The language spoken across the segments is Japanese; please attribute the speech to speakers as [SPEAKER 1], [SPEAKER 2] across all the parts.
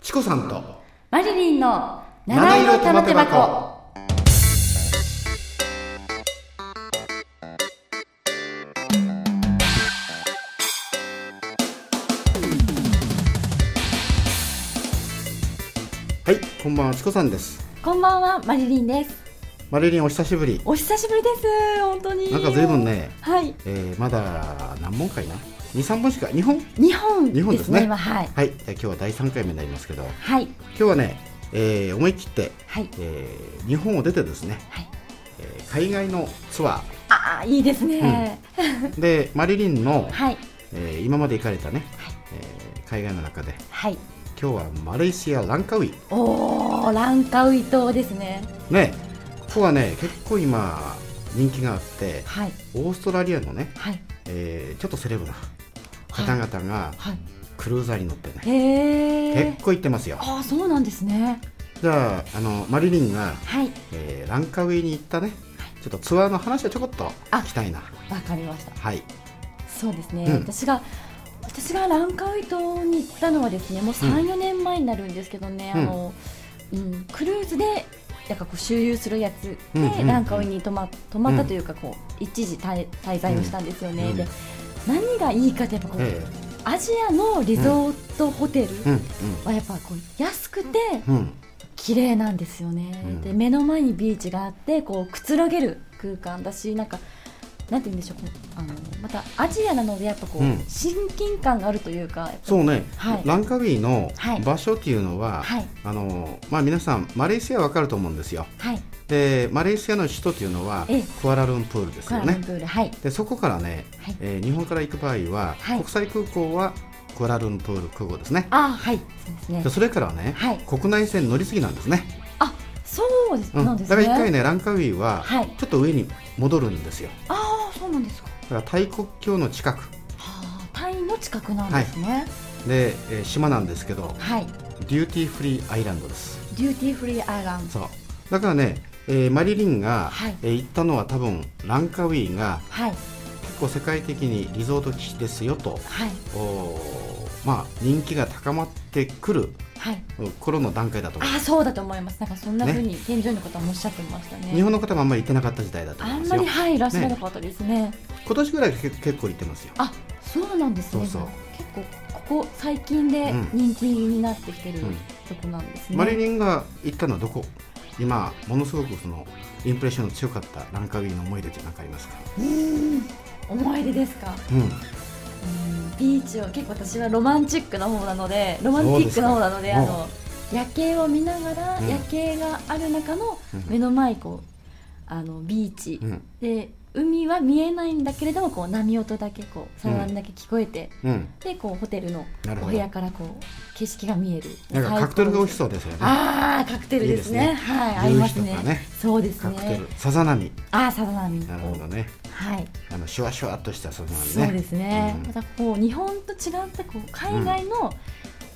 [SPEAKER 1] チコさんと
[SPEAKER 2] マリリンの七色玉手箱。
[SPEAKER 1] はいこんばんはチコさんです
[SPEAKER 2] こんばんは、マリリンです。
[SPEAKER 1] マリリンお久しぶり
[SPEAKER 2] お久しぶりです。本当に。
[SPEAKER 1] なんか随分。ね、
[SPEAKER 2] はい。
[SPEAKER 1] えー、まだ何本かいな23本しか2本
[SPEAKER 2] 日本
[SPEAKER 1] 日本
[SPEAKER 2] で
[SPEAKER 1] ですすね
[SPEAKER 2] ね。今はい。
[SPEAKER 1] はいじゃあ今日は第3回目になりますけど
[SPEAKER 2] はい。
[SPEAKER 1] 今日はね、えー、思い切って、
[SPEAKER 2] はい。
[SPEAKER 1] えー、日本を出てですね、
[SPEAKER 2] はい
[SPEAKER 1] えー海外のツア
[SPEAKER 2] ああ、いいですね。
[SPEAKER 1] ーでマリリンの、
[SPEAKER 2] はい。
[SPEAKER 1] えー今まで行かれたね、えー海外の中で
[SPEAKER 2] はい。
[SPEAKER 1] 今日はマレーシアランカウイ
[SPEAKER 2] おお、ランカウイ島ですね。
[SPEAKER 1] ねここはね結構今人気があって
[SPEAKER 2] はい。
[SPEAKER 1] オーストラリアのね、
[SPEAKER 2] はい。
[SPEAKER 1] えーちょっとセレブな方々が
[SPEAKER 2] はい。
[SPEAKER 1] クルーザーに乗ってね、
[SPEAKER 2] へえ。
[SPEAKER 1] 結構行ってますよ
[SPEAKER 2] ああ、そうなんですね。
[SPEAKER 1] じゃああのマリリンが、
[SPEAKER 2] はい。
[SPEAKER 1] えーランカウェイに行ったねちょっとツアーの話をちょこっと
[SPEAKER 2] あ
[SPEAKER 1] 聞きたいな
[SPEAKER 2] わかりました。
[SPEAKER 1] はい
[SPEAKER 2] そうですね、
[SPEAKER 1] うん
[SPEAKER 2] 私が私がランカウイ島に行ったのはですねもう
[SPEAKER 1] う
[SPEAKER 2] 34、4年前になるんですけどね、
[SPEAKER 1] うん
[SPEAKER 2] あのうん、クルーズでなんかこう周遊するやつで、
[SPEAKER 1] うんうんうん
[SPEAKER 2] ランカウイに泊ま泊まったというかこう一時滞滞在をしたんですよね、
[SPEAKER 1] うん
[SPEAKER 2] で何がいいかってやっぱこう、
[SPEAKER 1] え
[SPEAKER 2] アジアのリゾートホテル
[SPEAKER 1] えうん
[SPEAKER 2] はやっぱこう安くて
[SPEAKER 1] うんうん
[SPEAKER 2] 綺麗なんですよね、
[SPEAKER 1] うん
[SPEAKER 2] で目の前にビーチがあってこうくつろげる空間だしなんかなんて言うんでしょうこうあのまたアジアなのでやっぱこう、
[SPEAKER 1] うん
[SPEAKER 2] 親近感があるというかやっぱ
[SPEAKER 1] そうね、
[SPEAKER 2] はい
[SPEAKER 1] ランカウェイの
[SPEAKER 2] はい
[SPEAKER 1] 場所っていうのは、
[SPEAKER 2] はい
[SPEAKER 1] あのまあ、皆さんマレーシアわかると思うんですよ
[SPEAKER 2] はい
[SPEAKER 1] でマレーシアの首都というのは
[SPEAKER 2] ええ
[SPEAKER 1] クアラルンプールです
[SPEAKER 2] クア
[SPEAKER 1] よ
[SPEAKER 2] ラル
[SPEAKER 1] ね
[SPEAKER 2] ンプールはい
[SPEAKER 1] でそこからね、
[SPEAKER 2] はい
[SPEAKER 1] えー日本から行く場合は、
[SPEAKER 2] はい
[SPEAKER 1] 国際空港はクアラルンプール空港ですね
[SPEAKER 2] あはいそうですね
[SPEAKER 1] でそれからはね、
[SPEAKER 2] はい
[SPEAKER 1] 国内線乗り継ぎなんですね、
[SPEAKER 2] あそうです、
[SPEAKER 1] うん
[SPEAKER 2] なんで
[SPEAKER 1] だ
[SPEAKER 2] す
[SPEAKER 1] か
[SPEAKER 2] ね
[SPEAKER 1] ら一回ねランカウィは
[SPEAKER 2] はい
[SPEAKER 1] ちょっと上に戻るんですよ
[SPEAKER 2] ああそうなんですか
[SPEAKER 1] だからタイ国境の近く
[SPEAKER 2] はあタイの近くなんですね
[SPEAKER 1] で、えー島なんですけど
[SPEAKER 2] はい、
[SPEAKER 1] デューティーフリーアイランドです
[SPEAKER 2] デューティーフリーアイランド
[SPEAKER 1] そうだからね、えーマリリンが、
[SPEAKER 2] はい
[SPEAKER 1] えー行ったのは多分ランカウィが
[SPEAKER 2] はい
[SPEAKER 1] 結構世界的にリゾート地ですよと
[SPEAKER 2] はい
[SPEAKER 1] おーまあ人気が高まってくる
[SPEAKER 2] はい
[SPEAKER 1] 頃の段階だと思う
[SPEAKER 2] ああそうだと思いますなんかそんな
[SPEAKER 1] ね
[SPEAKER 2] 風に添乗員の方もおっしゃってましたね
[SPEAKER 1] 日本の方もあんまり行ってなかった時代だと思
[SPEAKER 2] あ
[SPEAKER 1] い
[SPEAKER 2] ん
[SPEAKER 1] ます
[SPEAKER 2] ま
[SPEAKER 1] よ
[SPEAKER 2] りはいいらっしゃらなかったですね
[SPEAKER 1] 今年ぐらいけ結構行ってますよ
[SPEAKER 2] あそうなんですね
[SPEAKER 1] そうそう
[SPEAKER 2] 結構ここ最近で
[SPEAKER 1] うん
[SPEAKER 2] 人気になってきてる
[SPEAKER 1] うん
[SPEAKER 2] とこなんですね、
[SPEAKER 1] マリリンが行ったのはどこ今ものすごくそのインプレッションの強かったランカウィーの思い出って何かありますか、
[SPEAKER 2] 思い出ですか
[SPEAKER 1] うん、
[SPEAKER 2] うんビーチを結構私はロマンチックな方なのでロマンティックな方なので
[SPEAKER 1] そう
[SPEAKER 2] あ
[SPEAKER 1] ですか
[SPEAKER 2] の夜景を見ながら、
[SPEAKER 1] うん
[SPEAKER 2] 夜景がある中の
[SPEAKER 1] うん
[SPEAKER 2] 目の前こうあのビーチ、
[SPEAKER 1] うん
[SPEAKER 2] で海は見えないんだけれどもこう波音だけこう騒音だけ聞こえて、
[SPEAKER 1] うん、
[SPEAKER 2] でこうホテルの
[SPEAKER 1] なる
[SPEAKER 2] お
[SPEAKER 1] ほ
[SPEAKER 2] 部屋
[SPEAKER 1] ど
[SPEAKER 2] からこう景色が見える
[SPEAKER 1] なんかカクテルが美味し
[SPEAKER 2] う
[SPEAKER 1] そうですよね
[SPEAKER 2] ああカクテルですね
[SPEAKER 1] いいですね
[SPEAKER 2] はい合います
[SPEAKER 1] 夕日と
[SPEAKER 2] ね
[SPEAKER 1] かね
[SPEAKER 2] そうです
[SPEAKER 1] カ
[SPEAKER 2] ね
[SPEAKER 1] クテルさざ波
[SPEAKER 2] ああサザナミ
[SPEAKER 1] なるほどね
[SPEAKER 2] はい
[SPEAKER 1] あのシュワシュワっとしたさざ
[SPEAKER 2] そう
[SPEAKER 1] 波
[SPEAKER 2] で
[SPEAKER 1] ね
[SPEAKER 2] すね、
[SPEAKER 1] うん
[SPEAKER 2] またこう日本と違ってこう海外の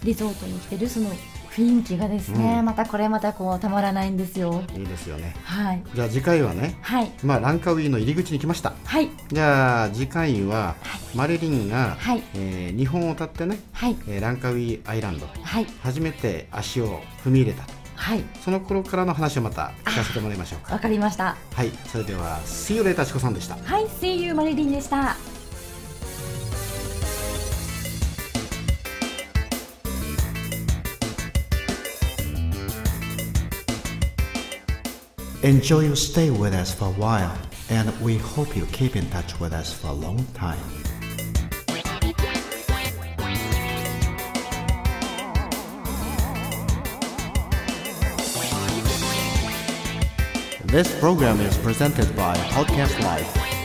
[SPEAKER 2] リゾートに来てるその雰囲気がですね、
[SPEAKER 1] うん
[SPEAKER 2] またこれまたこうたまらないんですよ
[SPEAKER 1] いいですよね
[SPEAKER 2] はい
[SPEAKER 1] じゃあ次回はね
[SPEAKER 2] はい
[SPEAKER 1] まあランカウィーの入り口に来ました
[SPEAKER 2] はい
[SPEAKER 1] じゃあ次回はマリリンが、
[SPEAKER 2] はい
[SPEAKER 1] えー日本を立ってね、
[SPEAKER 2] はい
[SPEAKER 1] えーランカウィーアイランド
[SPEAKER 2] はい
[SPEAKER 1] 初めて足を踏み入れた
[SPEAKER 2] はい
[SPEAKER 1] その頃からの話をまた聞かせてもらいましょうか
[SPEAKER 2] わかりました
[SPEAKER 1] はい、それでは、See you later チコさんでした。
[SPEAKER 2] はい See you マリリンでした
[SPEAKER 3] Enjoy your stay with us for a while, and we hope you keep in touch with us for a long time. This program is presented by Podcast Life.